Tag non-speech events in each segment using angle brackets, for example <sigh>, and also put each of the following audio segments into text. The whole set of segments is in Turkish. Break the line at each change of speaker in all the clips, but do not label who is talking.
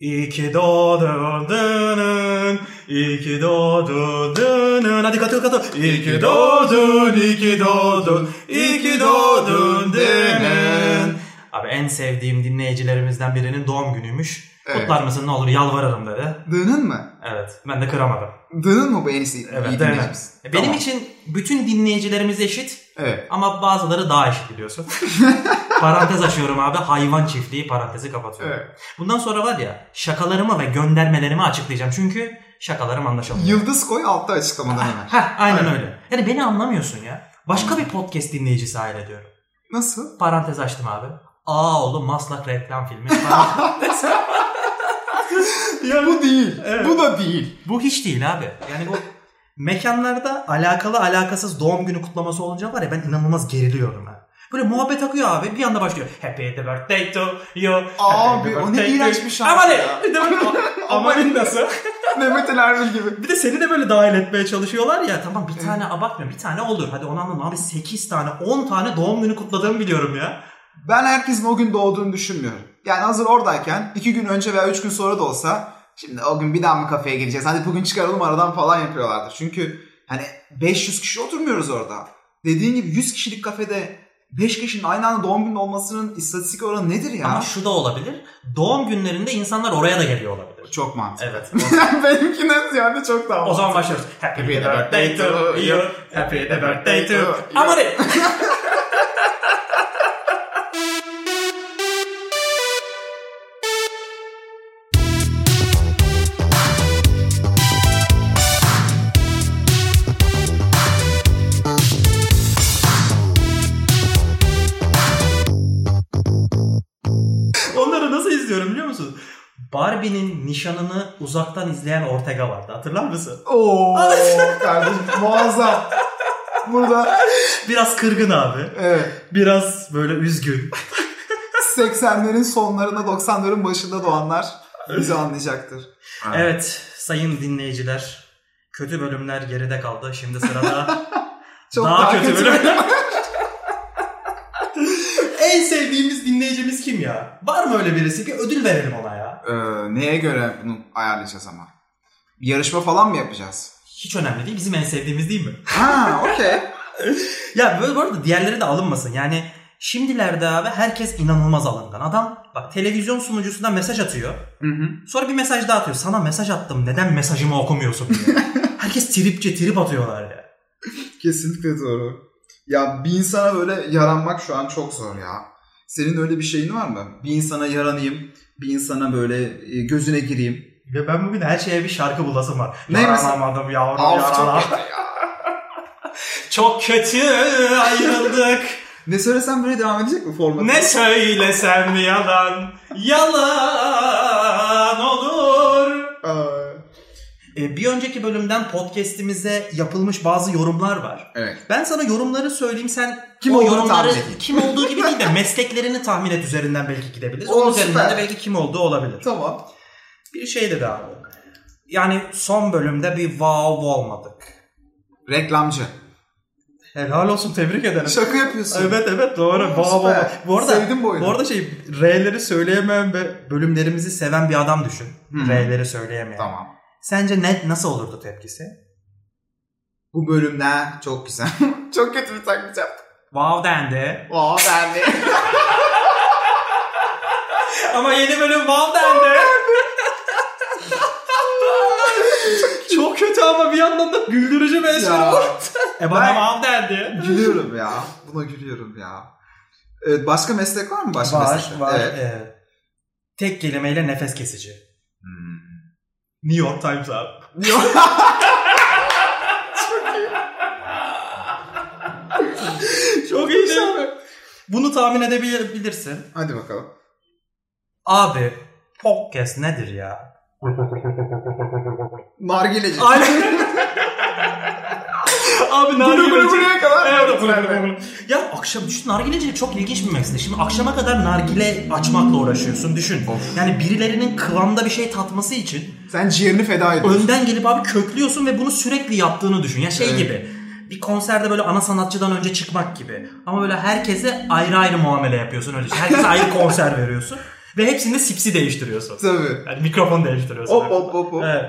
İyi ki doğdun dünün, iyi ki doğdun dünün. Hadi katıl katıl. İyi ki doğdun, iyi ki doğdun, iyi ki doğdun dünün. Abi en sevdiğim dinleyicilerimizden birinin doğum günüymüş.
Evet.
Kutlar mısın ne olur yalvarırım dedi.
Dının mı?
Evet ben de kıramadım.
Dının mu bu en iyisi?
Evet,
İyi
dının.
dinleyicimiz.
Benim
Tamam.
için bütün dinleyicilerimiz eşit
Evet.
ama bazıları daha eşit
<laughs>
biliyorsun. Parantez açıyorum abi hayvan çiftliği parantezi kapatıyorum.
Evet.
Bundan sonra var ya şakalarımı ve göndermelerimi açıklayacağım. Çünkü şakalarım anlaşılmıyor.
Yıldız koy altta
<laughs>
açıklamadan hemen.
Heh aynen
Aynen.
öyle. Yani beni anlamıyorsun ya. Başka bir podcast dinleyicisi hayal ediyorum.
Nasıl?
Parantez açtım abi. Aa oğlum Maslak reklam filmi.
<laughs>
Parantez.
Bu değil.
Evet.
Bu da değil.
bu hiç değil abi. Yani bu mekanlarda alakalı alakasız doğum günü kutlaması olunca var ya ben inanılmaz geriliyorum ha. Böyle muhabbet akıyor abi bir anda başlıyor. Happy birthday to you. Happy
Abi, o ne
birthday to-
iğrenç bir şarkı
Aman
ya. <laughs>
Aman nasıl?
Mehmet Ali Erbil gibi.
Bir de seni de böyle dahil etmeye çalışıyorlar ya. Tamam bir tane abartmıyorum. Bir tane olur. Hadi onu anladım. Abi 8 tane 10 tane doğum günü kutladığımı biliyorum ya.
Ben herkesin o gün doğduğunu düşünmüyorum. Yani hazır oradayken iki gün önce veya üç gün sonra da olsa şimdi o gün bir daha mı kafeye gireceğiz? Hadi bugün çıkaralım aradan falan yapıyorlardır. Çünkü hani 500 kişi oturmuyoruz orada. Dediğin gibi 100 kişilik kafede 5 kişinin aynı anda doğum günü olmasının istatistik oranı nedir ya?
Ama şu da olabilir. Doğum günlerinde insanlar oraya da geliyor olabilir.
Çok mantıklı. <laughs>
Evet. <laughs>
Benimkinden ziyade çok daha
O
mantıklı.
zaman başlıyoruz. Happy birthday to you. Happy birthday to you. Aman Onları nasıl izliyorum biliyor musun? Barbie'nin nişanını uzaktan izleyen Ortega vardı. Hatırlar mısın?
Oo kardeşim muazzam. Burada
Biraz kırgın abi.
evet,
Biraz böyle üzgün.
80'lerin sonlarında 90'ların başında doğanlar bizi anlayacaktır.
Evet sayın dinleyiciler. Kötü bölümler geride kaldı. Şimdi <laughs> sırada
Çok
daha,
daha
kötü,
kötü
<laughs> bölümler. en sevdiğimiz dinleyicimiz kim ya? Var mı öyle birisi? Bir ödül verelim ona ya.
Ee, neye göre bunu ayarlayacağız ama? Bir yarışma falan mı yapacağız?
Hiç önemli değil. Bizim en sevdiğimiz değil mi?
Ha okey.
<laughs> Ya böyle bu arada diğerleri de alınmasın. Yani şimdilerde abi herkes inanılmaz alıngan. Adam bak televizyon sunucusuna mesaj atıyor.
Hı hı.
Sonra bir mesaj daha atıyor. Sana mesaj attım. Neden mesajımı okumuyorsun? <laughs> diyor. herkes tripçe trip atıyorlar ya.
Kesinlikle doğru. Ya bir insana böyle yaranmak şu an çok zor ya. Senin öyle bir şeyin var mı? Bir insana yaranayım, bir insana böyle e, gözüne gireyim.
Ve ben bugün her şeye bir şarkı bulasım var.
Ne
Yaranamadım yavrum
Of
yarana.
çok
Çok,
kötü
<laughs>
ya.
kötü ayrıldık.
Ne söylesem böyle devam edecek mi format?
ne söylesem yalan. Yalan olur.
Aa,
E, bir önceki bölümden podcast'imize yapılmış bazı yorumlar var.
evet.
Ben sana yorumları söyleyeyim sen
Kim
o
olduğunu
yorumları
tahmin et.
kim olduğu gibi değil de mesleklerini tahmin et üzerinden belki gidebiliriz.
Olur,
Onun üzerinden de
süper.
belki kim olduğu olabilir.
Tamam.
Bir şey dedi abi. Yani son bölümde bir wow olmadık.
Reklamcı.
Helal olsun tebrik ederim.
Şaka yapıyorsun.
Evet evet doğru.
Oğlum,
Baba, baba.
süper.
Bu arada
Sevdim bu oyunu.
Bu arada şey R'leri söyleyemeyen ve bölümlerimizi seven bir adam düşün.
Hı.
R'leri söyleyemeyen.
Tamam.
Sence ne nasıl olurdu tepkisi?
Bu bölümde çok güzel. <laughs> çok kötü bir taklit yaptım.
Wow dendi.
Aa ben <laughs> de.
<laughs> Ama yeni bölüm wow dendi. <laughs> Çok kötü ama bir yandan da güldürücü bir espri
Ya.
bu. E bana
Ben-
wow dendi.
gülüyorum ya. Buna gülüyorum ya. Evet, başka meslek var mı? Başka
Var
meslek?
var.
Evet.
e, tek kelimeyle nefes kesici.
Hmm.
New York Times abi.
<laughs> Yok.
Çok iyi değil mi? Bunu tahmin edebilirsin.
Hadi bakalım.
Abi podcast nedir ya?
Nargileci.
Abi
Bunu bunu buraya kadar.
Evet, bunu- bunu- bunu. Ya akşam düşün nargilecilik çok ilginç bir meslek. Şimdi akşama kadar nargile açmakla uğraşıyorsun düşün.
Of.
Yani birilerinin kıvamda bir şey tatması için
Sen ciğerini feda ediyorsun.
önden gelip abi köklüyorsun ve bunu sürekli yaptığını düşün. Ya şey
Evet.
gibi bir konserde böyle ana sanatçıdan önce çıkmak gibi. Ama böyle herkese ayrı ayrı muamele yapıyorsun öyle. Herkese ayrı şey. konser veriyorsun. Ve hepsinde sipsi
<laughs>
değiştiriyorsun.
Tabii.
Yani mikrofon değiştiriyorsun.
Hop hop hop hop.
Evet.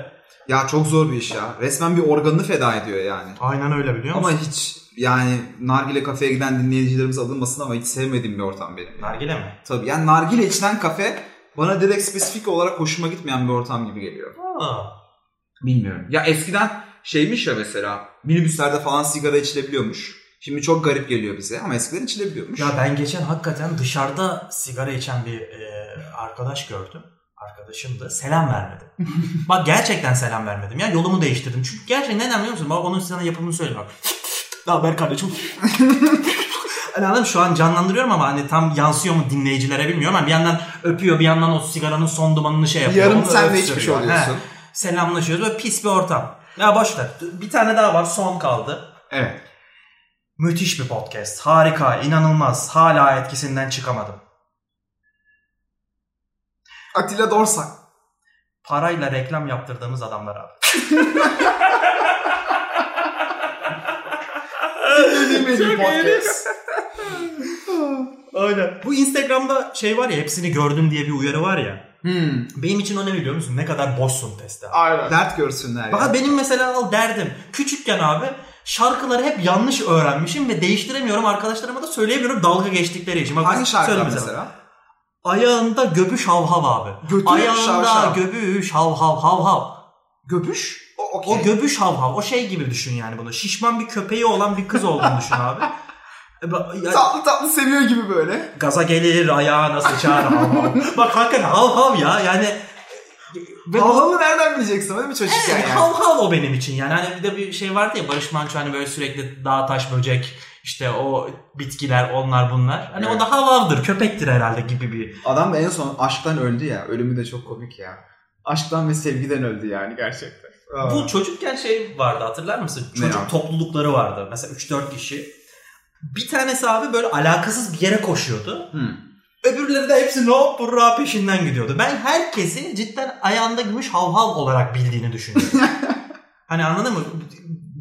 Ya çok zor bir iş ya. Resmen bir organını feda ediyor yani.
Aynen öyle biliyor musun?
Ama hiç yani nargile kafeye giden dinleyicilerimiz alınmasın ama hiç sevmediğim bir ortam benim.
Nargile mi?
Tabii yani nargile içilen kafe bana direkt spesifik olarak hoşuma gitmeyen bir ortam gibi geliyor.
Aa.
Bilmiyorum. Ya eskiden şeymiş ya mesela minibüslerde falan sigara içilebiliyormuş. Şimdi çok garip geliyor bize ama eskiden içilebiliyormuş.
Ya ben geçen hakikaten dışarıda sigara içen bir e, arkadaş gördüm. Arkadaşımdı. Selam
<laughs>
vermedim. Bak gerçekten selam vermedim. Ya yolumu değiştirdim. Çünkü gerçekten neden biliyor musun? Bak onun sana yapımını söyleyeyim bak. Ne haber
<laughs>
kardeşim? Hani anladın mı? şu an canlandırıyorum ama hani tam yansıyor mu dinleyicilere bilmiyorum ama bir yandan öpüyor bir yandan o sigaranın son dumanını şey yapıyor.
Yarım
Onu
sen de içmiş
öksürüyor.
oluyorsun.
He. Selamlaşıyoruz. Böyle pis bir ortam. Ya boş ver. Bir tane daha var. Son kaldı.
Evet.
Müthiş bir podcast. Harika, inanılmaz. Hala etkisinden çıkamadım. <laughs>
Atilla Dorsak.
Parayla reklam yaptırdığımız adamlar abi.
Dinlediğimiz bir podcast.
<laughs> Öyle. Bu Instagram'da şey var ya hepsini gördüm diye bir uyarı var ya.
Hmm.
Benim için önemli biliyor musun? Ne kadar boşsun testi abi.
Aynen.
Dert görsünler ya.
Bak benim mesela al derdim. Küçükken abi şarkıları hep yanlış öğrenmişim ve değiştiremiyorum. Arkadaşlarıma da söyleyemiyorum dalga geçtikleri için. Bak,
Hangi
söyle
şarkılar mesela?
Ayağında göbüş hav hav abi.
Götü
Ayağında
şav şav.
göbüş hav hav hav hav.
Göpüş? O, okey.
O göbüş havhav. O şey gibi düşün yani bunu. Şişman bir köpeği olan bir kız olduğunu düşün <laughs> abi. E ba- ya-
tatlı tatlı seviyor gibi böyle.
gaza gelir, ayağına sıçar havhav. Bak hakikaten havhav ya. Yani ve bu-
Havalı nereden bileceksin öyle mi çocukken
Evet,
yani?
havhav o benim için. Yani hani bir de bir şey vardı ya Barış Manço hani böyle sürekli dağ taş böcek işte o bitkiler onlar bunlar. Hani o
Evet.
da havhavdır, köpektir herhalde gibi bir.
Adam en son aşktan öldü ya. Ölümü de çok komik ya. Aşktan ve sevgiden öldü yani gerçekten. Aa.
Bu çocukken şey vardı hatırlar mısın?
Ne
Çocuk
ya?
toplulukları vardı. Mesela 3-4 kişi. Bir tanesi abi böyle alakasız bir yere koşuyordu.
Hmm.
Öbürleri de hepsi no burra peşinden gidiyordu. Ben herkesi cidden ayağında gümüş havhav olarak bildiğini
<laughs>
düşünüyorum. hani anladın mı?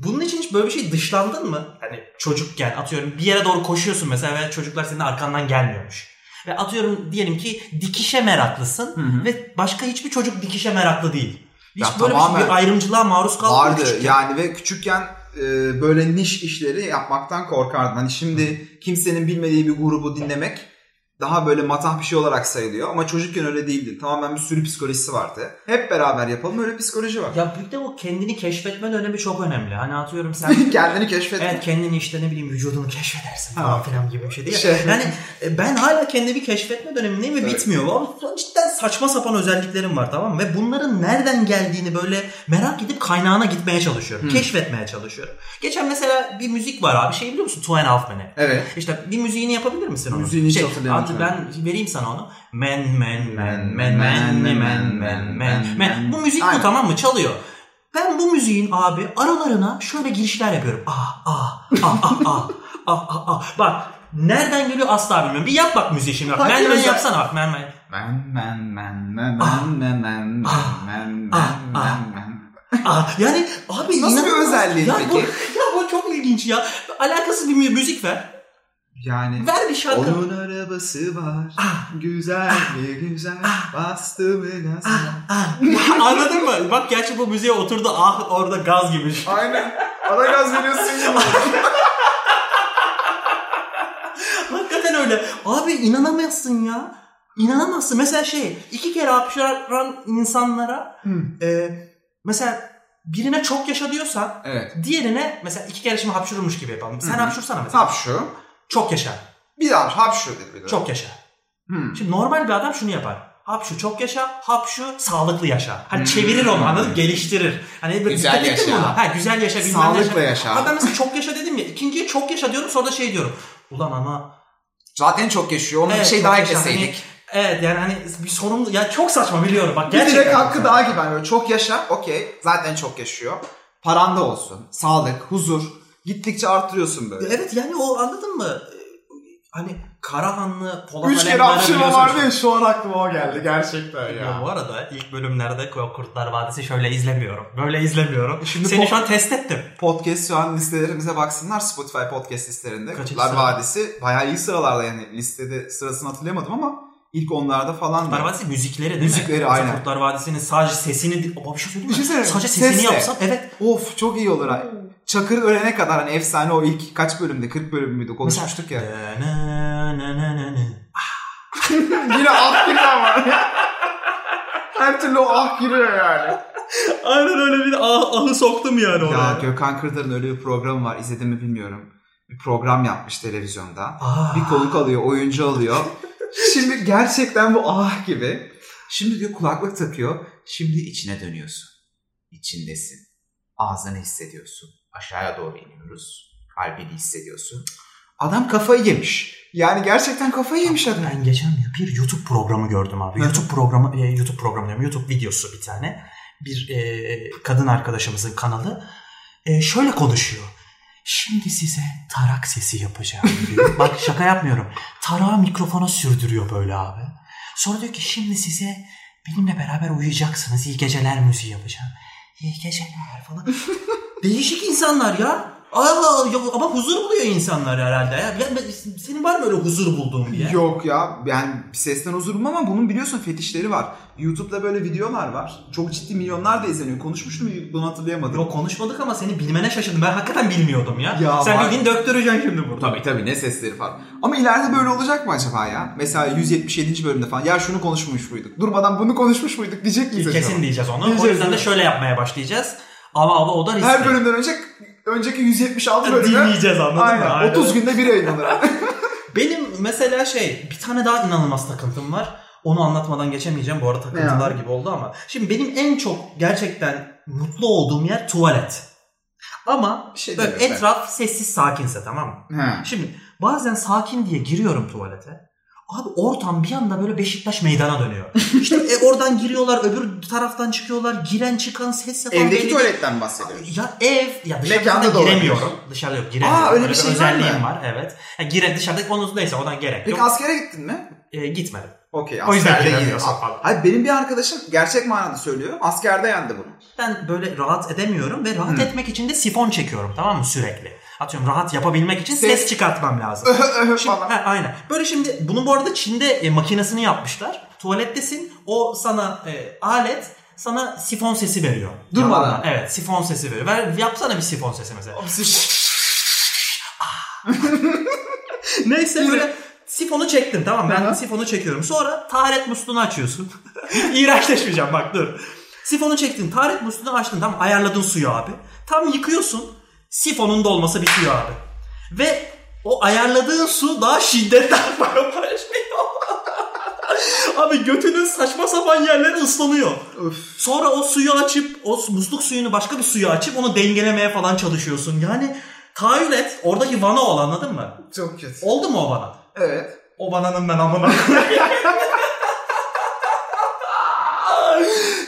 Bunun için hiç böyle bir şey dışlandın mı? Hani çocukken atıyorum bir yere doğru koşuyorsun mesela ve çocuklar senin arkandan gelmiyormuş. Ve atıyorum diyelim ki dikişe meraklısın
Hı hı.
ve başka hiçbir çocuk dikişe meraklı değil. Hiç
Ya
böyle bir, şey-
tamamen
bir ayrımcılığa maruz kaldın mı
Vardı
küçükken?
yani ve küçükken e, böyle niş işleri yapmaktan korkardım. Hani şimdi kimsenin bilmediği bir grubu dinlemek daha böyle matah bir şey olarak sayılıyor. Ama çocukken öyle değildi. Tamamen bir sürü psikolojisi vardı. Hep beraber yapalım öyle psikoloji var.
Ya bir de o kendini keşfetme dönemi çok önemli. Hani atıyorum
<laughs>
sen
Kendini keşfetmek.
Evet kendini işte ne bileyim vücudunu keşfedersin
Ha.
falan filan gibi bir şey değil.
Şey.
Yani e, ben hala kendimi keşfetme dönemindeyim ve
Evet.
bitmiyor. Ama cidden saçma sapan özelliklerim var tamam mı? Ve bunların nereden geldiğini böyle merak edip kaynağına gitmeye çalışıyorum.
Hmm.
Keşfetmeye çalışıyorum. Geçen mesela bir müzik var abi şey biliyor musun? Two and a Half Men'e.
Evet.
İşte bir müziğini yapabilir misin onu?
Müziğini hiç
şey,
hatırlayamadım.
Hadi ben vereyim sana onu. Men men men men men men men men men men. Bu müzik bu
Aynen.
tamam mı? Çalıyor. Ben bu müziğin abi aralarına şöyle girişler yapıyorum. Ah ah ah ah ah ah ah ah. Bak nereden geliyor asla bilmiyorum. Bir yap bak müziği şimdi. Bak,
Hangi
men men
özel-
yapsana bak men men.
Men men men men
Ah.
men men men
Ah.
men men
Ah.
men
Ah.
men men.
Aa, yani abi
Nasıl bir
inanılmaz.
özelliği
ya Bu,
peki?
<laughs> ya bu çok ilginç ya. Alakasız bir mü- müzik ver.
Yani
Ver bir şarkı.
onun arabası var.
Ah.
Güzel bir güzel bastı ve gaza.
Ah, <laughs> Anladın mı? Bak gerçi bu müziğe oturdu ah orada gaz gibi. <laughs>
Aynen. Ara gaz veriyorsun ya. <laughs>
Hakikaten öyle. Abi inanamazsın ya. İnanamazsın. Mesela şey iki kere hapşıran insanlara
Hmm.
e, mesela birine çok yaşa diyorsan
Evet.
diğerine mesela iki kere şimdi hapşurulmuş gibi yapalım. Sen
Hı hı.
hapşursana mesela.
Hap şu.
Çok yaşa.
Bir daha hap şu dedi bir de.
Çok yaşa.
Hmm.
Şimdi normal bir adam şunu yapar. Hapşu çok yaşa, hapşu sağlıklı yaşa. Hani
Hmm.
çevirir onu anladın mı? Geliştirir. Hani böyle
Güzel
dikkat ettin mi
yaşa.
ona? Ha, güzel yaşa, bilmem ne
Sağlıklı yaşa.
Ha, ben mesela çok yaşa dedim ya. İkinciye çok yaşa diyorum sonra da şey diyorum. Ulan ama
Zaten çok yaşıyor. Ona bir
Evet,
şey daha
çok yaşa.
ekleseydik.
Hani- evet yani hani bir sorun ya çok saçma biliyorum bak
Hani Bir
gerçekten.
direkt hakkı daha gibi. Yani böyle çok yaşa. Okey. Zaten çok yaşıyor. Paranda olsun. Sağlık, huzur. Gittikçe arttırıyorsun böyle.
Evet yani o anladın mı? Ee, Hani Karahanlı Polat
Üç kere
Alemdar'ı
hapşırma
biliyorsun
vardı
şu an.
ya şu an aklıma o geldi gerçekten
Ya
ya.
bu arada ilk bölümlerde Kurtlar Vadisi şöyle izlemiyorum. Böyle izlemiyorum.
Şimdi
Seni
po-
şu an test ettim.
Podcast şu an listelerimize baksınlar Spotify podcast listelerinde.
Kaçıncı
Kutlar
sıra?
Vadisi bayağı iyi sıralarda yani listede sırasını hatırlayamadım ama ilk onlarda falan.
Kurtlar
da.
Vadisi müzikleri değil mi?
Müzikleri,
Mesela
aynen.
Kurtlar Vadisi'nin sadece sesini... Aa, bir şey
Bir şey
söyleyeyim mi?
söyleyeyim mi?
Sadece sesini
Sesle.
yapsam evet.
Of çok iyi olur ha. Çakır ölene kadar hani efsane o ilk kaç bölümde 40 bölüm müydü konuşmuştuk ya. <laughs>
Na, na, na, na, na.
Yine ah giriyor ama. <laughs> Her türlü o ah giriyor yani.
Aynen öyle bir ah, ahı soktum yani oraya.
Ya Gökhan Kırdar'ın öyle bir programı var izledim mi bilmiyorum. Bir program yapmış televizyonda.
Aa.
Bir konuk alıyor, oyuncu alıyor. Şimdi gerçekten bu ah gibi. Şimdi diyor kulaklık takıyor. Şimdi içine dönüyorsun. İçindesin. Ağzını hissediyorsun. Aşağıya doğru iniyoruz. Kalbini hissediyorsun. Adam kafayı yemiş. Yani gerçekten kafayı yemiş adam.
Ben geçen bir, bir YouTube programı gördüm abi.
Hı.
YouTube programı, e, YouTube programı diyorum, YouTube videosu bir tane. Bir e, kadın arkadaşımızın kanalı. E, şöyle konuşuyor. Şimdi size tarak sesi yapacağım diyor. Bak şaka yapmıyorum. Tarağı mikrofona sürdürüyor böyle abi. Sonra diyor ki şimdi size benimle beraber uyuyacaksınız. İyi geceler müziği yapacağım. İyi geceler falan. Değişik insanlar ya. Allah Allah ama huzur buluyor insanlar herhalde ya. ya ben- senin var mı öyle huzur bulduğun bir yer?
Yok ya yani bir sesten huzur bulmam ama bunun biliyorsun fetişleri var. YouTube'da böyle videolar var. Çok ciddi milyonlar da izleniyor. Konuşmuştum bunu hatırlayamadım.
Yok konuşmadık ama seni bilmene şaşırdım. Ben hakikaten bilmiyordum ya.
Ya
Sen
var.
bildiğin döktüreceksin şimdi burada.
E Tabii tabii ne sesleri var. Ama ileride böyle olacak mı acaba ya? Mesela 177. bölümde falan ya şunu konuşmuş muyduk? Durmadan bunu konuşmuş muyduk diyecek miyiz acaba?
E, Kesin diyeceğiz onu. o
Diyeceğiz,
yüzden de
evet.
şöyle yapmaya başlayacağız. Ama ama o da riskli.
Her bölümden önce önceki 176 bölümü
Dinleyeceğiz anladın mı?
Aynen.
Aynen.
30 günde bir
<laughs>
yayınlanır.
Benim mesela şey bir tane daha inanılmaz takıntım var. Onu anlatmadan geçemeyeceğim. Bu arada takıntılar gibi oldu ama. Şimdi benim en çok gerçekten mutlu olduğum yer tuvalet. Ama
Bir şey
böyle
demiyorum ben.
etraf sessiz sakinse tamam mı?
He.
Şimdi bazen sakin diye giriyorum tuvalete. Abi ortam bir anda böyle Beşiktaş meydana dönüyor. İşte e, oradan giriyorlar, öbür taraftan çıkıyorlar. Giren çıkan ses yapan belli
Evdeki
değil.
tuvaletten bahsediyoruz.
Ya ev ya
Mekanda
dışarıda
da
da
olabilir.
giremiyorum. Dışarıda yok giremiyorum.
Aa, öyle bir şey var
özelliğim
mı?
var. evet. Ya, gire dışarıda onun neyse odan gerek yok.
Peki askere gittin mi?
E, gitmedim.
Okey.
O yüzden
askerde
giremiyorsun
yine-
falan.
Hayır benim bir arkadaşım gerçek manada söylüyorum. Askerde yandı
<laughs>
bunu.
Ben böyle rahat edemiyorum ve rahat
Hı.
etmek için de sifon çekiyorum tamam mı sürekli. Atıyorum rahat yapabilmek için ses,
Ses-
çıkartmam lazım. Şimdi-
falan.
ha, aynen. Böyle şimdi bunu bu arada Çin'de e, makinesini yapmışlar. Tuvalettesin. O sana e, alet sana sifon sesi veriyor.
Durmadan.
Yalandan. Evet sifon sesi veriyor. Ver, yapsana bir sifon sesi mesela. Neyse böyle sifonu çektin tamam mı? ben
Aha.
sifonu çekiyorum. Sonra taharet musluğunu açıyorsun. <laughs> İğrençleşmeyeceğim bak dur. Sifonu çektin taharet musluğunu açtın tamam ayarladın suyu abi. Tam yıkıyorsun sifonun dolması bitiyor abi. Ve o ayarladığın su daha şiddetle <laughs> artmaya başlıyor. abi götünün saçma sapan yerleri ıslanıyor.
Öf.
Sonra o suyu açıp o musluk suyunu başka bir suya açıp onu dengelemeye falan çalışıyorsun. Yani tahayyül et oradaki vana ol anladın mı?
Çok kötü.
Oldu mu o bana?
Evet.
O bananın ben amına.
<laughs>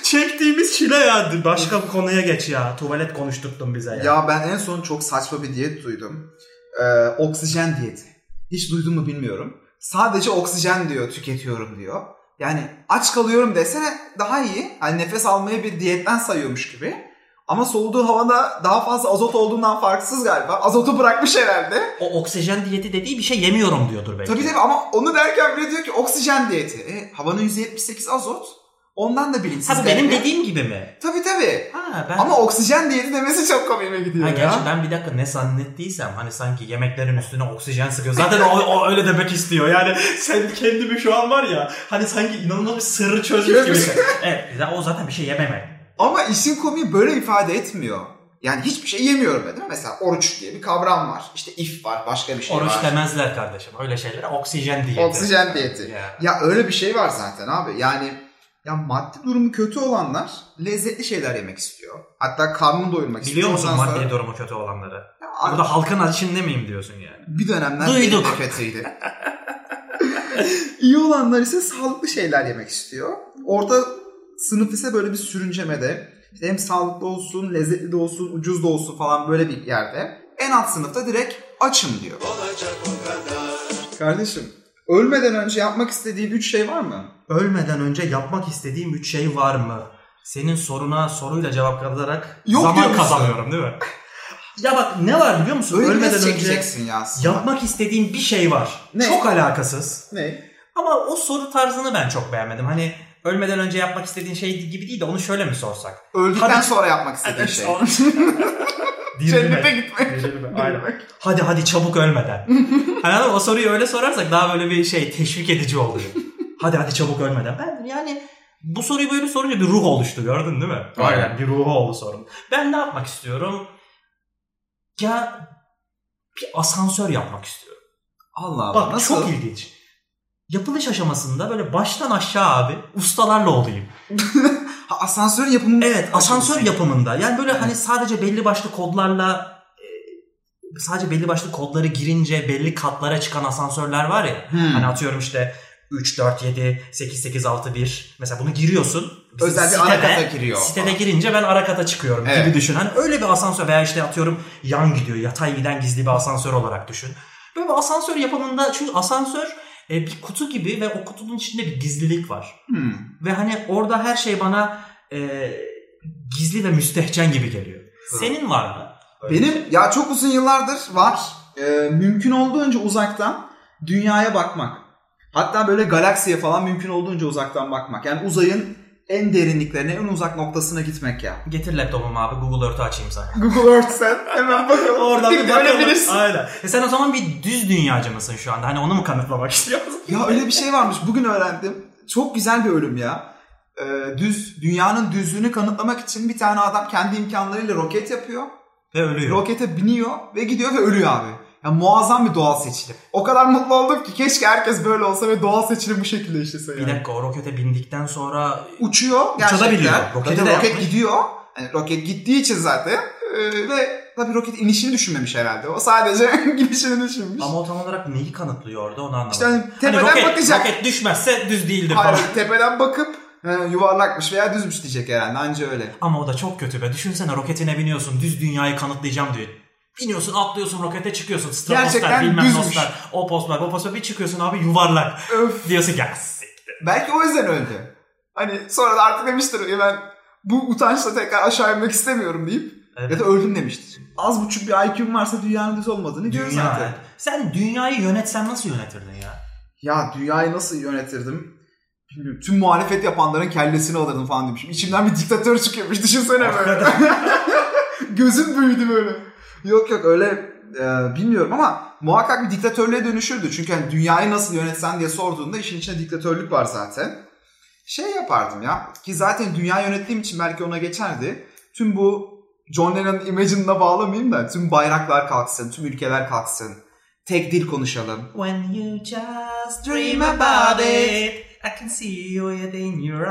Çektiğimiz çile ya. Başka bir konuya geç ya. Tuvalet konuşturttun bize ya.
Ya ben en son çok saçma bir diyet duydum. Ee, oksijen diyeti. Hiç duydun mu bilmiyorum. Sadece oksijen diyor tüketiyorum diyor. Yani aç kalıyorum desene daha iyi. Hani nefes almayı bir diyetten sayıyormuş gibi. Ama soluduğu havada daha fazla azot olduğundan farksız galiba. Azotu bırakmış herhalde.
O oksijen diyeti dediği bir şey yemiyorum diyordur belki.
Tabii tabii ama onu derken bile diyor ki oksijen diyeti. E, havanın %78 azot. Ondan da bilinçsiz.
Ha, bu benim
derken-
dediğim gibi mi?
Tabii tabii.
Ha ben...
Ama oksijen diyeti demesi çok komiğime gidiyor
Ha,
ya.
gerçi ben bir dakika ne zannettiysem hani sanki yemeklerin üstüne oksijen sıkıyor. Zaten o, o öyle demek istiyor. Yani sen kendimi şu an var ya hani sanki inanılmaz bir sırrı çözmüş gibi.
Çözmüş.
evet ya o zaten bir şey yememek.
Ama işin komiği böyle ifade etmiyor. Yani hiçbir şey yemiyorum değil mi? Mesela oruç diye bir kavram var. İşte if var, başka bir şey
Oruç
var.
demezler kardeşim. Öyle şeylere oksijen diyeti.
Oksijen diyeti.
Ya.
Ya öyle bir şey var zaten abi. Yani ya maddi durumu kötü olanlar lezzetli şeyler yemek istiyor. Hatta karnını doyurmak istiyor.
Biliyor musun
Ondan sonra-
maddi durumu kötü olanları?
Ya abi,
Burada halkın içinde miyim diyorsun yani?
bir dönemler
Duyduk.
benim de kötüydü. İyi olanlar ise sağlıklı şeyler yemek istiyor. Orada sınıf ise böyle bir sürüncemede işte hem sağlıklı olsun, lezzetli de olsun, ucuz da olsun falan böyle bir yerde. En alt sınıfta direkt açım diyor. Kardeşim ölmeden önce yapmak istediğin 3 şey var mı?
Ölmeden önce yapmak istediğim üç şey var mı? Senin soruna soruyla cevap kazanarak
Yok diyor
zaman
musun?
kazanıyorum değil mi? ya bak ne var biliyor musun?
Ölmeden
Ölmeden önce
çekeceksin ya aslında.
yapmak istediğim bir şey var.
Ne?
Çok alakasız.
Ne?
Ama o soru tarzını ben çok beğenmedim. Hani ölmeden önce yapmak istediğin şey gibi değil de onu şöyle mi sorsak?
Öldükten
Hadi-
sonra yapmak istediğin
Evet,
şey.
<laughs> Dirilme.
Cennete gitmek.
Dirilme, Aynen. Hadi hadi çabuk ölmeden. hani anladın mı? o soruyu öyle sorarsak daha böyle bir şey teşvik edici oluyor. hadi hadi çabuk ölmeden. Ben yani bu soruyu böyle sorunca bir ruh oluştu gördün değil mi?
Aynen.
bir ruhu oldu sorun. Ben ne yapmak istiyorum? Ya bir asansör yapmak istiyorum.
Allah Allah.
Bak
nasıl?
çok ilginç. Yapılış aşamasında böyle baştan aşağı abi ustalarla olayım.
Ha, asansörün yapımı. şey?
Evet asansör
Açılsın.
yapımında yani böyle hani sadece belli başlı kodlarla e, sadece belli başlı kodları girince belli katlara çıkan asansörler var ya.
Hmm.
Hani atıyorum işte 3, 4, 7, 8, 8, 6, 1 mesela bunu giriyorsun. Bizim
Özel bir ana kata giriyor.
Sitede girince ben ara kata çıkıyorum gibi
Evet.
düşün. Hani öyle bir asansör veya işte atıyorum yan gidiyor yatay giden gizli bir asansör olarak düşün. Böyle bir asansör yapımında çünkü asansör e, bir kutu gibi ve o kutunun içinde bir gizlilik var.
Hmm.
Ve hani orada her şey bana e, gizli ve müstehcen gibi geliyor. Senin var mı?
Benim ya çok uzun yıllardır var. Ee, mümkün olduğunca uzaktan dünyaya bakmak. Hatta böyle galaksiye falan mümkün olduğunca uzaktan bakmak. Yani uzayın en derinliklerine, en uzak noktasına gitmek ya.
Getir laptopumu abi Google Earth'ı açayım
<laughs>
sana.
Google Earth sen hemen <laughs> bakalım.
Oradan bir
görebilirsin.
bakalım. Aynen. E sen o zaman bir düz dünyacı mısın şu anda? Hani onu mu kanıtlamak istiyorsun?
Ya öyle bir şey varmış. Bugün öğrendim. Çok güzel bir ölüm ya. Ee, düz dünyanın düzlüğünü kanıtlamak için bir tane adam kendi imkanlarıyla roket yapıyor.
Ve ölüyor.
Rokete biniyor ve gidiyor ve ölüyor abi. Ya muazzam bir doğal seçilim. O kadar mutlu oldum ki keşke herkes böyle olsa ve doğal seçilim bu şekilde işlese
Bir
yani.
dakika o rokete bindikten sonra
Uçuyor gerçekten.
Uçabiliyor. Roketi
Roket,
de
roket
yapmış.
gidiyor. Yani roket gittiği için zaten ee, ve tabii roket inişini düşünmemiş herhalde. O sadece <laughs> gidişini düşünmüş.
ama o tam olarak neyi kanıtlıyor orada onu anlamadım.
işte hani
Hani
tepeden
roket,
bakacak.
roket düşmezse düz değildir falan.
Hayır, tepeden bakıp e, yuvarlakmış veya düzmüş diyecek herhalde. Anca
<laughs>
öyle.
Ama o da çok kötü be. Düşünsene roketine biniyorsun düz dünyayı kanıtlayacağım diyor. Biniyorsun atlıyorsun rokete çıkıyorsun. Stratosfer
Gerçekten
bilmem
düzmüş.
dostlar. O postlar bu postlar bir çıkıyorsun abi yuvarlak.
Öf.
Diyorsun ki "Ah, siktir."
Belki o yüzden öldü. Hani sonra da artık demiştir "Ya ben bu utançla tekrar aşağı inmek istemiyorum deyip
Evet.
ya da öldüm demiştir. Az buçuk bir IQ'm varsa dünyanın düz olmadığını görüyoruz
Dünya.
zaten.
Sen dünyayı yönetsen nasıl yönetirdin ya?
Ya dünyayı nasıl yönetirdim? Bilmiyorum. Tüm muhalefet yapanların kellesini alırdım falan demişim. İçimden bir diktatör çıkıyormuş. Düşünsene böyle. <laughs> Gözüm büyüdü böyle. Yok yok öyle e, bilmiyorum ama muhakkak bir diktatörlüğe dönüşürdü. Çünkü hani dünyayı nasıl yönetsen diye sorduğunda işin içinde diktatörlük var zaten. Şey yapardım ya ki zaten dünya yönettiğim için belki ona geçerdi. Tüm bu John Lennon'ın Imagine'ına bağlamayayım da tüm bayraklar kalksın, tüm ülkeler kalksın. Tek dil konuşalım.
When you just dream about it I can see it in your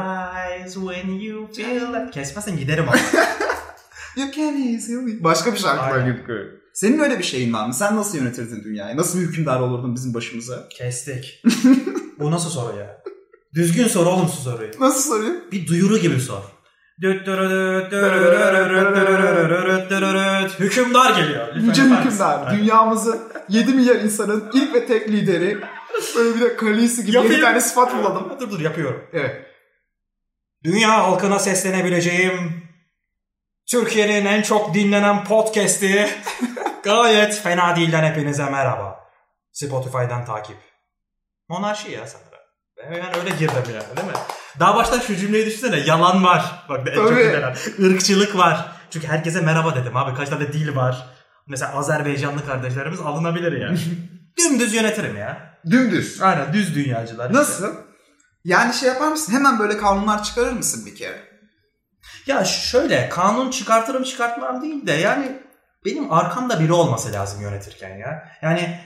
eyes When you feel that Kesmezsen giderim <laughs> abi.
You can easily... şey Başka bir şarkılar
Aynen.
gibi. Senin öyle bir şeyin var mı? Sen nasıl yönetirdin dünyayı? Nasıl bir hükümdar olurdun bizim başımıza?
Kestik. bu nasıl soru ya? Düzgün sor oğlum şu soruyu.
Nasıl sorayım?
Bir duyuru gibi sor. Hükümdar geliyor.
Yüce
Lütfen yapar mısın?
hükümdar.
Aynen.
Dünyamızı 7 milyar insanın ilk ve tek lideri. Böyle bir de kalisi gibi
Yapayım.
bir tane sıfat bulalım.
Dur dur yapıyorum.
Evet.
Dünya halkına seslenebileceğim Türkiye'nin en çok dinlenen podcast'i <laughs> gayet fena değilden hepinize merhaba. Spotify'dan takip. Monarşi ya sanırım. Ben hemen öyle girdim yani değil mi? Daha baştan şu cümleyi düşünsene. Yalan var. Bak en çok
Tabii.
dinlenen. Irkçılık var. Çünkü herkese merhaba dedim abi. Kaç tane dil var. Mesela Azerbaycanlı kardeşlerimiz alınabilir
<laughs>
yani. Dümdüz yönetirim ya.
Dümdüz.
Aynen düz dünyacılar.
Nasıl? Yani şey yapar mısın? Hemen böyle kanunlar çıkarır mısın bir kere?
Ya şöyle kanun çıkartırım çıkartmam değil de yani benim arkamda biri olması lazım yönetirken ya. Yani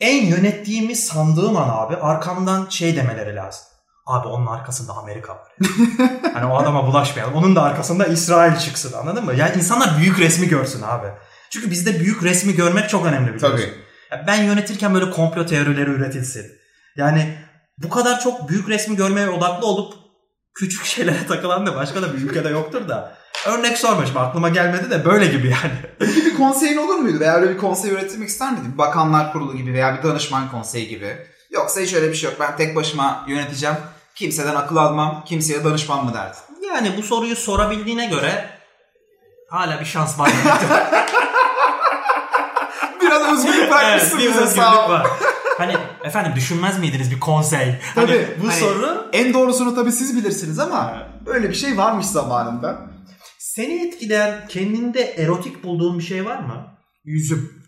en yönettiğimi sandığım an abi arkamdan şey demeleri lazım. Abi onun arkasında Amerika var. hani o adama bulaşmayalım. Onun da arkasında İsrail çıksın anladın mı? Yani insanlar büyük resmi görsün abi. Çünkü bizde büyük resmi görmek çok önemli biliyorsun. Ya Ben yönetirken böyle komplo teorileri üretilsin. Yani bu kadar çok büyük resmi görmeye odaklı olup küçük şeylere <laughs> takılan da başka da bir ülkede yoktur da. Örnek sormuşum aklıma gelmedi de böyle gibi yani.
Peki bir konseyin olur muydu? Veya öyle bir konsey yönetmek ister miydin? Bakanlar kurulu gibi veya bir danışman konseyi gibi. Yoksa hiç öyle bir şey yok. Ben tek başıma yöneteceğim. Kimseden akıl almam. Kimseye danışmam mı derdin?
Yani bu soruyu sorabildiğine göre hala bir şans
<laughs>
var.
Biraz özgürlük bırakmışsın
bir
bize
özgürlük
sağ ol.
var. hani efendim düşünmez miydiniz bir konsey? Hani
Tabii,
bu
hani-
soru
En doğrusunu tabii siz bilirsiniz ama böyle bir şey varmış zamanında.
seni etkileyen kendinde erotik bulduğun bir şey var mı? <laughs>
Yüzüm.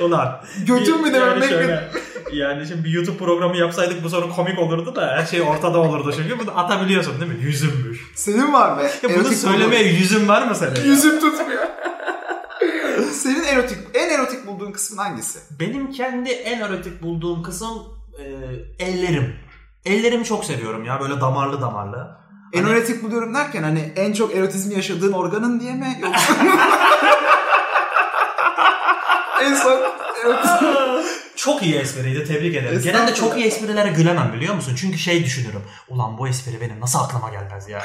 Ulan.
Götüm mü de
yani
örnek mi?
şöyle, Yani şimdi bir YouTube programı yapsaydık bu soru komik olurdu da her şey ortada olurdu çünkü bunu atabiliyorsun değil mi? Yüzümmüş.
Senin var mı?
Ya bunu
Erotik
söylemeye yüzün var mı senin? ya?
bulduğun- Yüzüm tutmuyor. <laughs> Senin erotik, en erotik bulduğun kısmın hangisi?
Benim kendi en erotik bulduğum kısım e, ellerim. Ellerimi çok seviyorum ya böyle damarlı damarlı.
En erotik buluyorum derken hani en çok erotizmi yaşadığın organın diye mi?
<laughs>
Yoksa... en son erotizm.
Çok iyi espriydi tebrik ederim.
Estağfurullah.
Genelde çok iyi esprilere gülemem biliyor musun? Çünkü şey düşünürüm. Ulan bu espri benim nasıl aklıma gelmez ya.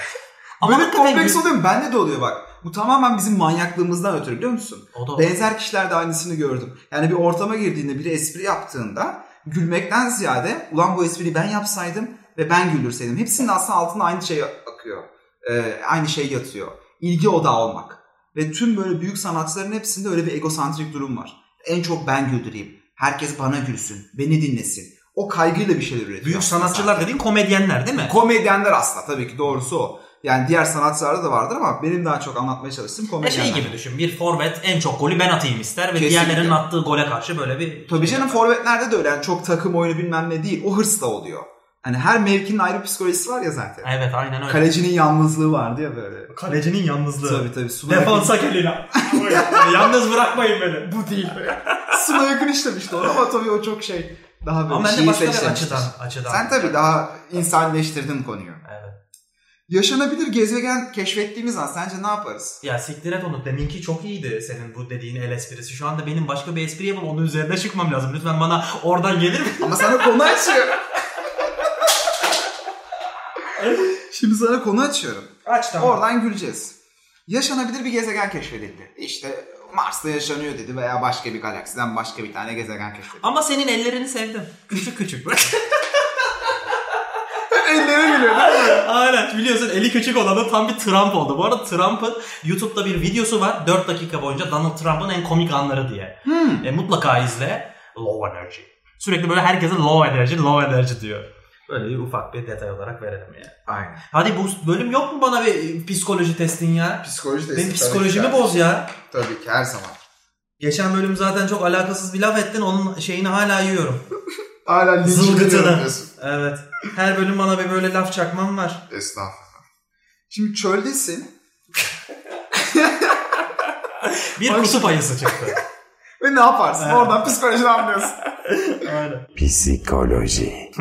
Ama
Böyle
hakikaten
kompleks
gü-
oluyor mu? Bende de oluyor bak. Bu tamamen bizim manyaklığımızdan ötürü biliyor musun?
O da
Benzer kişilerde aynısını gördüm. Yani bir ortama girdiğinde biri espri yaptığında gülmekten ziyade ulan bu espriyi ben yapsaydım ve ben güldürseydim. Hepsinin aslında altında aynı şey akıyor. Ee, aynı şey yatıyor. İlgi odağı olmak. Ve tüm böyle büyük sanatçıların hepsinde öyle bir egosantrik durum var. En çok ben güldüreyim. Herkes bana gülsün. Beni dinlesin. O kaygıyla bir şeyler üretiyor.
büyük
aslında
sanatçılar dediğin komedyenler değil mi?
Komedyenler aslında tabii ki doğrusu o. Yani diğer sanatçılarda da vardır ama benim daha çok anlatmaya çalıştığım
Ya
komedyenler.
şey gibi düşün. Bir forvet en çok golü ben atayım ister ve
Kesinlikle.
diğerlerinin attığı gole karşı böyle bir
Tabii canım forvetlerde de öyle yani çok takım oyunu bilmem ne değil o hırsla oluyor. Hani her mevkinin ayrı psikolojisi var ya zaten.
Evet aynen öyle.
Kalecinin yalnızlığı vardı ya böyle.
Kalecinin yalnızlığı.
Tabii tabii. Suna yakın,
Defansa gelin
<laughs>
ha. Yalnız bırakmayın beni. Bu değil.
suna yakın işlemişti onu ama tabii o çok şey daha böyle
Ama ben de
şiirsel
başka bir
işlemiştir.
açıdan açıdan.
Sen tabii daha insanleştirdin konuyu.
Evet.
Yaşanabilir gezegen keşfettiğimiz an sence ne yaparız?
Ya siktir et onu. Deminki çok iyiydi senin bu dediğin el esprisi. Şu anda benim başka bir espri yapıp onun üzerine çıkmam lazım. Lütfen bana oradan gelir mi?
Ama sana
<laughs>
konu açıyorum. Şimdi sana konu açıyorum.
Aç
Oradan güleceğiz. Yaşanabilir bir gezegen keşfedildi. İşte Mars'ta yaşanıyor dedi veya başka bir galaksiden başka bir tane gezegen
<laughs>
keşfedildi.
Ama senin ellerini sevdim. Küçük küçük.
Elleri gülüyor değil mi?
<laughs> Aynen biliyorsun eli küçük olanı tam bir Trump oldu. Bu arada Trump'ın YouTube'da bir videosu var. 4 dakika boyunca Donald Trump'ın en komik anları diye.
Hmm.
E, mutlaka izle. Low energy. Sürekli böyle herkese low energy, low energy diyor. Böyle bir ufak bir detay olarak verelim yani.
Aynen.
Hadi bu bölüm yok mu bana bir e, psikoloji testin ya?
Psikoloji testi.
Benim
tabii
psikolojimi
ki.
boz ya.
Tabii ki her zaman.
Geçen bölüm zaten çok alakasız bir laf ettin. Onun şeyini hala yiyorum.
Hala linç
Zılgıtını.
ediyorum diyorsun.
Evet. Her bölüm bana bir böyle laf çakmam var.
Estağfurullah. Şimdi çöldesin
Bir
Ay.
kutup ayısı çıktı.
ve ne yaparsın? Oradan psikolojini anlıyorsun.
<laughs> Aynen.
Psikoloji.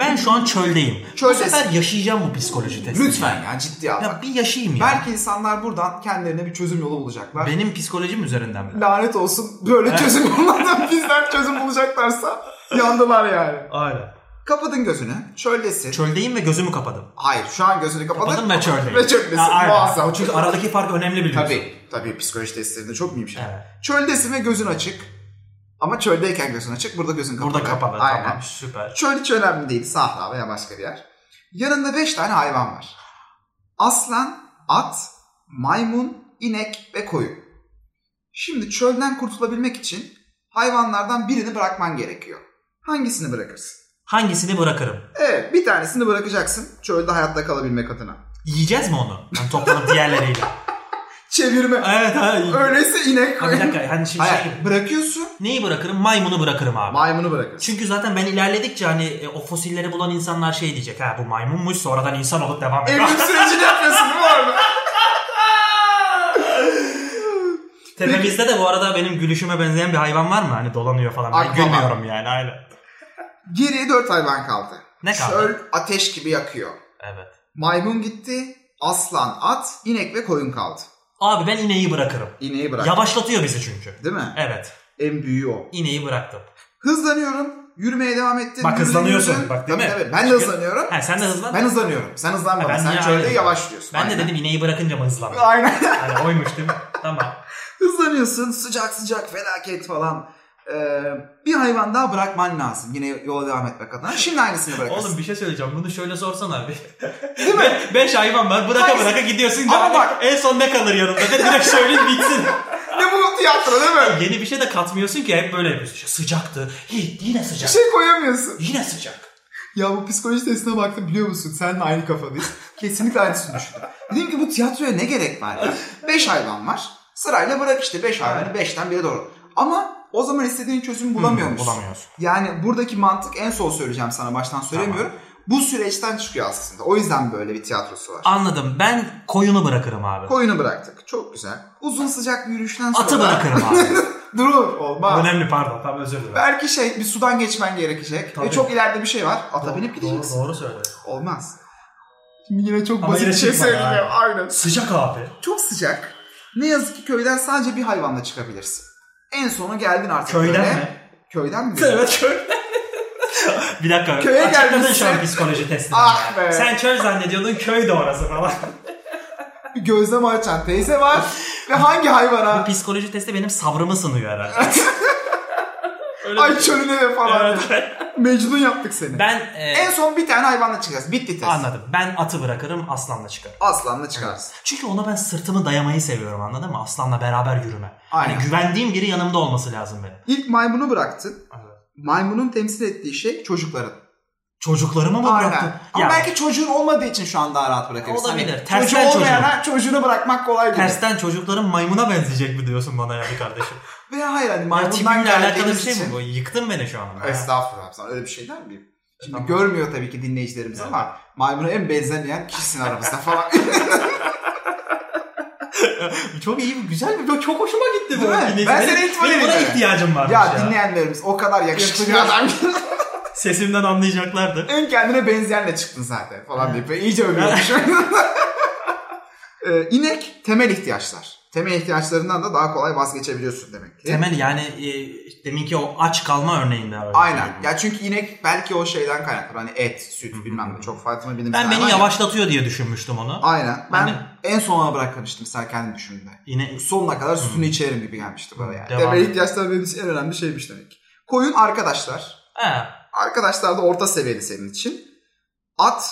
Ben şu an çöldeyim.
Çöldesin.
Bu sefer yaşayacağım bu psikoloji testini.
Lütfen ya ciddi al.
Ya
bak.
bir yaşayayım ya.
Belki insanlar buradan kendilerine bir çözüm yolu bulacaklar.
Benim psikolojim üzerinden mi?
Lanet olsun böyle çözüm <laughs> bulmadan bizden çözüm bulacaklarsa yandılar yani.
Aynen.
Kapadın gözünü. Çöldesin.
Çöldeyim ve gözümü kapadım.
Hayır şu an gözünü kapadın.
Kapadım ve çöldeyim.
Ve çöldesin.
Ha, aynen.
Muazzam.
O Çünkü aradaki fark önemli biliyorsun.
Tabii. Tabii psikoloji testlerinde çok mühim şey.
Evet.
Çöldesin ve gözün açık. Ama çöldeyken gözün açık. Burada gözün kapalı.
Burada kapalı.
Aynen.
Tamam süper.
Çöl hiç önemli değil. Sahra veya başka bir yer. Yanında beş tane hayvan var. Aslan, at, maymun, inek ve koyun. Şimdi çölden kurtulabilmek için hayvanlardan birini bırakman gerekiyor. Hangisini bırakırsın?
Hangisini bırakırım?
Evet bir tanesini bırakacaksın çölde hayatta kalabilmek adına.
Yiyeceğiz mi onu? Yani toplanıp diğerleriyle.
Çevirme.
evet evet.
Öyleyse inek
Ha,
koy.
bir dakika. Hani şimdi şey,
Hayır bırakıyorsun
neyi bırakırım? Maymunu bırakırım abi.
maymunu bırakırsın.
Çünkü zaten ben ilerledikçe hani e, o fosilleri bulan insanlar şey diyecek. Ha bu maymunmuş sonradan insan olup devam ediyor.
Evrim sürecini yapıyorsun değil mi orada?
<laughs> Tepemizde de bu arada benim gülüşüme benzeyen bir hayvan var mı? Hani dolanıyor falan. Ben
Akbaba.
gülmüyorum yani aynen.
Geriye dört hayvan kaldı.
Ne kaldı?
Çöl ateş gibi yakıyor.
Evet.
Maymun gitti. Aslan, at, inek ve koyun kaldı.
Abi ben ineği bırakırım.
İneği bırak.
Yavaşlatıyor bizi çünkü.
Değil mi?
Evet.
En büyüğü o.
İneği bıraktım.
Hızlanıyorum. Yürümeye devam ettim.
Bak,
Yürüdüm,
hızlanıyorsun.
yürüdüm.
Bak, değil
Tabii,
mi?
tabii. Ben de
Çünkü-
hızlanıyorum.
Ha sen de hızlan.
Ben hızlanıyorum. Sen hızlanmadın.
Ha, ben
Sen
niye
çölde
öyle-
yavaşlıyorsun.
Ben de
Aynen.
dedim ineği bırakınca mı hızlandım?
<laughs> Aynen.
Hani oymuş değil mi? Tamam.
Hızlanıyorsun sıcak sıcak felaket falan. Ee, bir hayvan daha bırakman lazım yine yola devam etmek adına. Şimdi aynısını bırakırsın.
Oğlum bir şey söyleyeceğim. Bunu şöyle sorsan abi.
<laughs> Değil mi?
Beş hayvan var. Bıraka
Hangisi?
bıraka gidiyorsun.
Ama
Yani
bak-
En son ne kalır yanımda? Ben direkt söyleyeyim bitsin.
ne bu tiyatro değil mi?
Yeni bir şey de katmıyorsun ki hep böyle yapıyorsun. İşte sıcaktı. hi- Yine
Bir
sıcak.
şey koyamıyorsun.
Yine sıcak.
Ya bu psikoloji testine baktım biliyor musun? Seninle aynı kafadayız. Kesinlikle aynısını düşündüm. Dedim ki bu tiyatroya ne gerek
<laughs>
var ya? Beş hayvan var. Sırayla bırak işte beş hayvanı beşten bire doğru. Ama o zaman istediğin çözümü bulamıyor musun?
Bulamıyorsun.
Yani buradaki mantık en son söyleyeceğim sana baştan söylemiyorum. Bu süreçten çıkıyor aslında. O yüzden böyle bir tiyatrosu var.
Anladım. Ben koyunu bırakırım abi.
Koyunu bıraktık. Çok güzel. Uzun sıcak bir yürüyüşten sonra...
Atı bırakırım abi.
<laughs> Dur olmaz.
Önemli pardon. Tam özür dilerim.
Belki şey bir sudan geçmen gerekecek.
Tabii.
Ve çok ileride bir şey var. Ata
Doğru-
binip gideceksin.
Doğru, doğru söyledin.
Olmaz. Şimdi yine çok
Ama
basit
yine
bir şey
çıkmadı
söyleyeceğim. Aynen.
Sıcak abi.
Çok sıcak. Ne yazık ki köyden sadece bir hayvanla çıkabilirsin. En sona geldin artık
Köyden
böyle.
mi?
Köyden mi?
Evet köy. <laughs> bir dakika.
Köye
açıkladın
gelmişsin.
şu an psikoloji testini.
Ah
ya.
be.
Sen köy zannediyordun köy de orası falan.
Bir gözlem açan
<laughs>
teyze var. ve hangi hayvana?
Bu psikoloji testi benim sabrımı sınıyor herhalde. <laughs> Öyle
Ay çölüne ve falan.
Evet.
<laughs> Mecnun yaptık seni.
Ben e,
En son bir tane hayvanla çıkacaksın. Bitti test.
anladım. Ben atı bırakırım aslanla çıkarım.
Aslanla çıkarsın.
Çünkü ona ben sırtımı dayamayı seviyorum anladın mı? Aslanla beraber yürüme. Hani
Aynen.
güvendiğim biri yanımda olması lazım benim.
İlk maymunu bıraktın.
Evet.
Maymunun temsil ettiği şey çocukların.
Çocuklarımı mı bıraktım?
Aynen. Ama
Ya,
belki çocuğun olmadığı için şu an daha rahat bırakabilirsin.
Olabilir.
Hani
Tersten
çocuğu olmayana çocuğunu bırakmak kolay değil.
tersten çocukların maymuna benzeyecek mi diyorsun bana ya bir kardeşim?
Veya hayır hani
ya
maymundan
tipimle alakalı bir
geldiğimiz
şey
için.
mi bu? Yıktın beni şu an.
Estağfurullah sana öyle bir şey der miyim? Şimdi
Tamam.
görmüyor tabii ki dinleyicilerimiz
Evet.
ama maymuna en benzemeyen kişisin aramızda falan.
Çok iyi, <laughs> güzel bir, çok hoşuma gitti bu.
Değil mi?
Dinleyici-
Ben
benim-
seni itibariyle
Benim buna
dinledim.
ihtiyacım varmış ya.
ya dinleyenlerimiz o kadar yakışıklı bir
Yakışıklı.
adam.
Sesimden anlayacaklardı.
<laughs> en kendine benzeyenle çıktın zaten falan
Ha.
deyip böyle iyice övüyormuş. <laughs> ee, inek temel ihtiyaçlar. Temel ihtiyaçlarından da daha kolay vazgeçebiliyorsun demek ki.
Temel yani e, deminki o aç kalma örneğinde. öyle.
Aynen. Ya çünkü inek belki o şeyden kaynaklı. Hani et,
Hı hı
süt bilmem
hı.
ne çok farklı mı
ben beni yavaşlatıyor diye düşünmüştüm onu.
Aynen. Ben
Aynen.
en sona bırakmıştım sen kendi düşündüğünde.
Yine
Sonuna kadar sütünü içerim gibi gelmişti bana yani.
Hmm. Devam
Temel
edelim.
ihtiyaçlar benim için en önemli şeymiş demek. ki. Koyun arkadaşlar.
ha,
Arkadaşlar da orta seviyeli senin için. At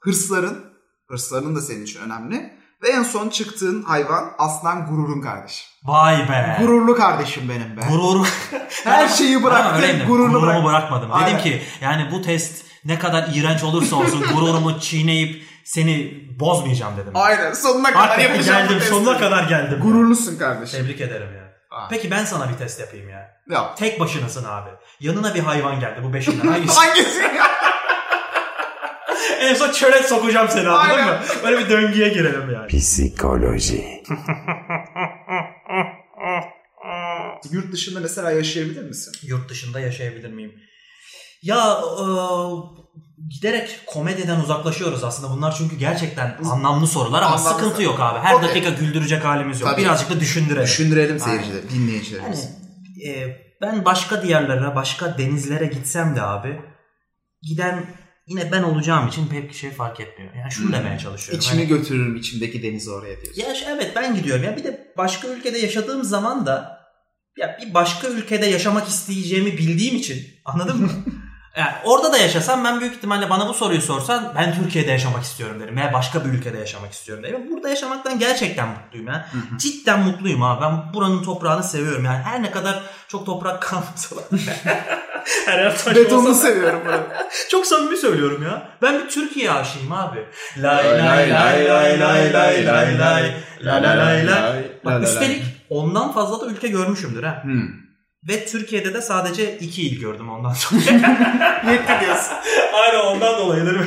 hırsların. Hırsların da senin için önemli. Ve en son çıktığın hayvan aslan gururun kardeşim.
vay be.
Gururlu kardeşim benim be.
Gurur.
<laughs> Her
Ha, öyle
şeyi
mi?
bıraktım. Gururlu
Gururumu
bıraktım.
bırakmadım. Dedim
Aynen.
ki yani bu test ne kadar iğrenç olursa
<laughs>
olsun gururumu çiğneyip seni bozmayacağım dedim.
Aynen. Sonuna kadar
Hakikaten
yapacağım. bu
geldim.
testi.
Sonuna kadar geldim.
Gururlusun kardeşim.
Tebrik ederim ya.
Aa.
Peki ben sana bir test yapayım ya.
Yap.
Tek başınasın abi. Yanına bir hayvan geldi bu beşinden.
<laughs>
Hangisi?
Hangisi?
en son çöre sokacağım seni anladın
Aynen.
mı? Böyle bir döngüye girelim yani.
Psikoloji.
Yurt dışında mesela yaşayabilir misin?
Yurt dışında yaşayabilir miyim? Ya e, giderek komediden uzaklaşıyoruz aslında. Bunlar çünkü gerçekten anlamlı sorular ama
Anlamlı
sıkıntı
soru.
yok abi. Her
Okey.
dakika güldürecek halimiz yok.
Tabii.
Birazcık da düşündürelim.
Düşündürelim
Aynen.
seyircileri, dinleyicilerimizi.
Yani e, ben başka diyarlara, başka denizlere gitsem de abi giden yine ben olacağım için pek şey fark etmiyor. Yani şunu
Hmm.
demeye çalışıyorum.
İçimi
Hani-
götürürüm içimdeki denizi oraya diyorsun.
ya şu- evet ben gidiyorum ya bir de başka ülkede yaşadığım zaman da ya bir başka ülkede yaşamak isteyeceğimi bildiğim için <laughs> anladın mı? Yani orada da yaşasam ben büyük ihtimalle bana bu soruyu sorsan ben Türkiye'de yaşamak istiyorum derim veya başka bir ülkede yaşamak istiyorum derim. Burada yaşamaktan gerçekten mutluyum ya.
Hı hı.
Cidden mutluyum abi. Ben buranın toprağını seviyorum. Yani her ne kadar çok toprak <laughs> kalmasa da. her yer taş olsa
Betonu
da-
seviyorum ben.
Çok samimi söylüyorum ya. Ben bir Türkiye aşığıyım abi. Lay
Lay
lay lay lay lay lay lay lay. La la lay lay.
La la
Bak
la.
üstelik ondan fazla da ülke görmüşümdür ha.
Hmm.
Ve Türkiye'de de sadece iki il gördüm ondan <laughs> sonra.
Yetti diyorsun.
Aynen ondan dolayıdır.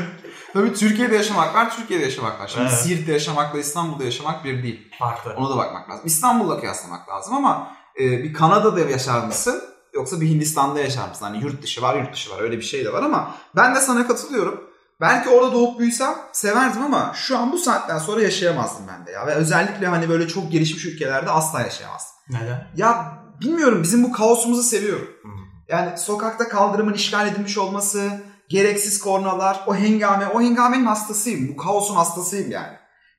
Tabii Türkiye'de yaşamak var, Türkiye'de yaşamak var. Şimdi
Evet.
Siirt'te yaşamakla İstanbul'da yaşamak bir değil.
Farklı.
Ona da bakmak lazım. İstanbul'la kıyaslamak lazım ama e, bir Kanada'da yaşar mısın? Yoksa bir Hindistan'da yaşar mısın? Hani yurt dışı var, yurt dışı var. Öyle bir şey de var ama ben de sana katılıyorum. Belki orada doğup büyüsem severdim ama şu an bu saatten sonra yaşayamazdım ben de ya. Ve özellikle hani böyle çok gelişmiş ülkelerde asla yaşayamazdım.
Neden?
Ya bilmiyorum bizim bu kaosumuzu seviyorum.
Hmm.
Yani sokakta kaldırımın işgal edilmiş olması, gereksiz kornalar, o hengame, o hengamenin hastasıyım. Bu kaosun hastasıyım yani.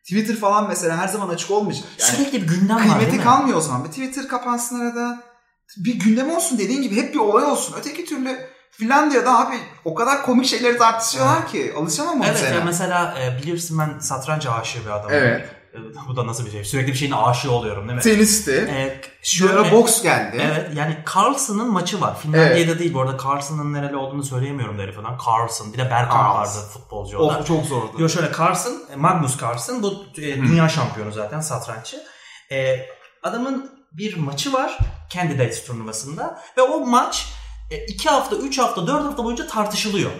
Twitter falan mesela her zaman açık olmayacak. Yani
Sürekli bir gündem Şey var değil
kıymeti
mi?
kalmıyor o zaman. Bir Twitter kapansın arada. Bir gündem olsun dediğin gibi hep bir olay olsun. Öteki türlü Finlandiya'da abi o kadar komik şeyleri tartışıyorlar ki alışamam
Evet
evet,
ya mesela e, bilirsin ben satranç aşığı bir adamım.
Evet.
bu da nasıl bir şey? Sürekli bir şeyin aşığı oluyorum değil mi?
Tenisti.
Ee,
Şu ara boks geldi.
Evet yani Carlson'ın maçı var. Finlandiya'da değil bu arada Carlson'ın nereli olduğunu söyleyemiyorum da herif adam. Carlson bir de Berkan vardı
Carlson.
futbolcu o da.
Of Oh, çok zordu.
Yo şöyle Carlson, Magnus Carlson bu e, dünya şampiyonu zaten satranççı. E, adamın bir maçı var Candidates turnuvasında ve o maç 2 hafta, 3 hafta, 4 hafta boyunca tartışılıyor.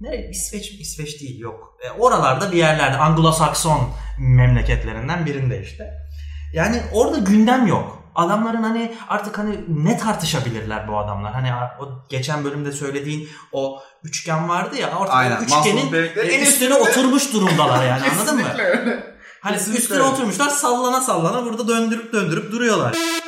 Nereye? İsveç mi? İsveç değil yok. E, oralarda bir yerlerde Anglo-Sakson memleketlerinden birinde işte. Yani orada gündem yok. Adamların hani artık hani ne tartışabilirler bu adamlar? Hani o geçen bölümde söylediğin o üçgen vardı ya artık
Aynen.
o
Maslow'un
üçgenin
bebekleri
en
en
üstüne oturmuş durumdalar yani anladın mı?
Kesinlikle öyle.
Hani
Kesinlikle
üstüne
öyle.
oturmuşlar sallana sallana burada döndürüp döndürüp duruyorlar.